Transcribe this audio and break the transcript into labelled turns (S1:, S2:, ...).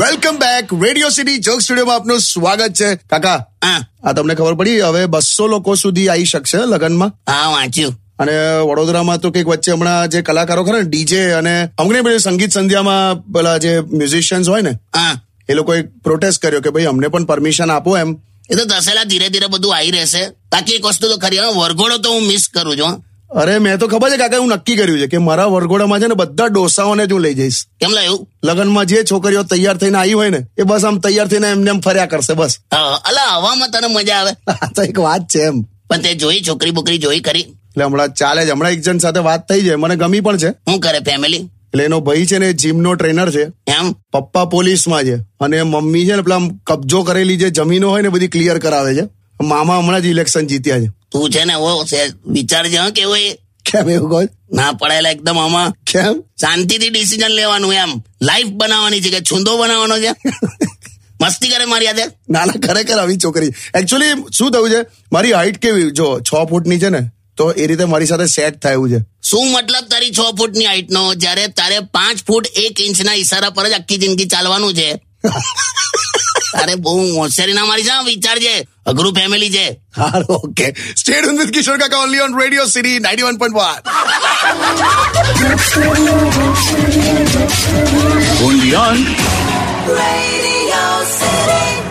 S1: Welcome back radio city joke સ્ટુડિયોમાં આપનું સ્વાગત છે કાકા
S2: હા
S1: આ તમને ખબર પડી હવે બસો લોકો સુધી આવી શકશે લગ્નમાં
S2: હા વાંચ્યું
S1: અને વડોદરામાં તો કંઈક વચ્ચે હમણાં જે કલાકારો ખરા ને ડીજે અને અમુક નહીં પેલી સંગીત સંધ્યામાં પેલા જે મ્યુઝિશિયન્સ હોય ને
S2: હા
S1: એ લોકોએ પ્રોટેસ્ટ કર્યો કે ભાઈ અમને પણ પરમિશન આપો એમ
S2: એ તો દસેલા ધીરે ધીરે બધું આવી રહેશે બાકી એક વસ્તુ તો ખરી હવે વરઘોડો તો હું મિસ કરું છું હો.
S1: અરે મેં તો ખબર છે કાકા હું નક્કી કર્યું છે કે મારા વરઘોડામાં છે ને બધા ડોસાઓને જ હું લઈ જઈશ
S2: કેમ લાયું
S1: લગ્નમાં જે છોકરીઓ તૈયાર થઈને આવી હોય ને એ બસ આમ તૈયાર થઈને એમને એમ ફર્યા કરશે બસ
S2: અલા હવામાં તને મજા આવે
S1: આ તો એક વાત છે એમ
S2: પણ તે જોઈ છોકરી બોકરી જોઈ ખરી
S1: એટલે હમણાં ચાલે જ હમણાં એક જણ સાથે વાત થઈ છે મને ગમી પણ છે
S2: શું કરે ફેમિલી
S1: એટલે એનો ભાઈ છે ને જીમનો ટ્રેનર છે
S2: એમ
S1: પપ્પા પોલીસમાં છે અને મમ્મી છે ને પેલા આમ કબજો કરેલી જે જમીનો હોય ને બધી ક્લિયર કરાવે છે મામા હમણાં જ ઇલેક્શન જીત્યા છે
S2: તું છે ને ઓ સે- વિચારજે હો કેવો એ
S1: કેમ એવું કહો છો?
S2: ના પડાયેલા એકદમ આમાં
S1: કેમ
S2: શાંતિથી ડિસિઝન લેવાનું એમ લાઈફ બનાવવાની છે કે છૂંદો બનાવવાનો છે મસ્તી કરે મારી યાદે
S1: ના ના ખરેખર આવી છોકરી એકચ્યુઅલી શું થયું છે મારી હાઈટ કેવી જો છ ફૂટની છે ને તો એ રીતે મારી સાથે સેટ થાય એવું છે
S2: શું મતલબ તારી છ ફૂટની હાઈટનો જ્યારે તારે પાંચ ફૂટ એક ઇંચના ઈશારા પર જ આખી જિંદગી ચાલવાનું છે તારે બહુ હોશિયારી ના મારી છે હા, વિચારજે અઘરું ફેમિલી છે
S1: હા ઓકે સ્ટેડ વિથ કિશોર કાકા only on radio city ninety one point one
S3: only on
S4: Radio City.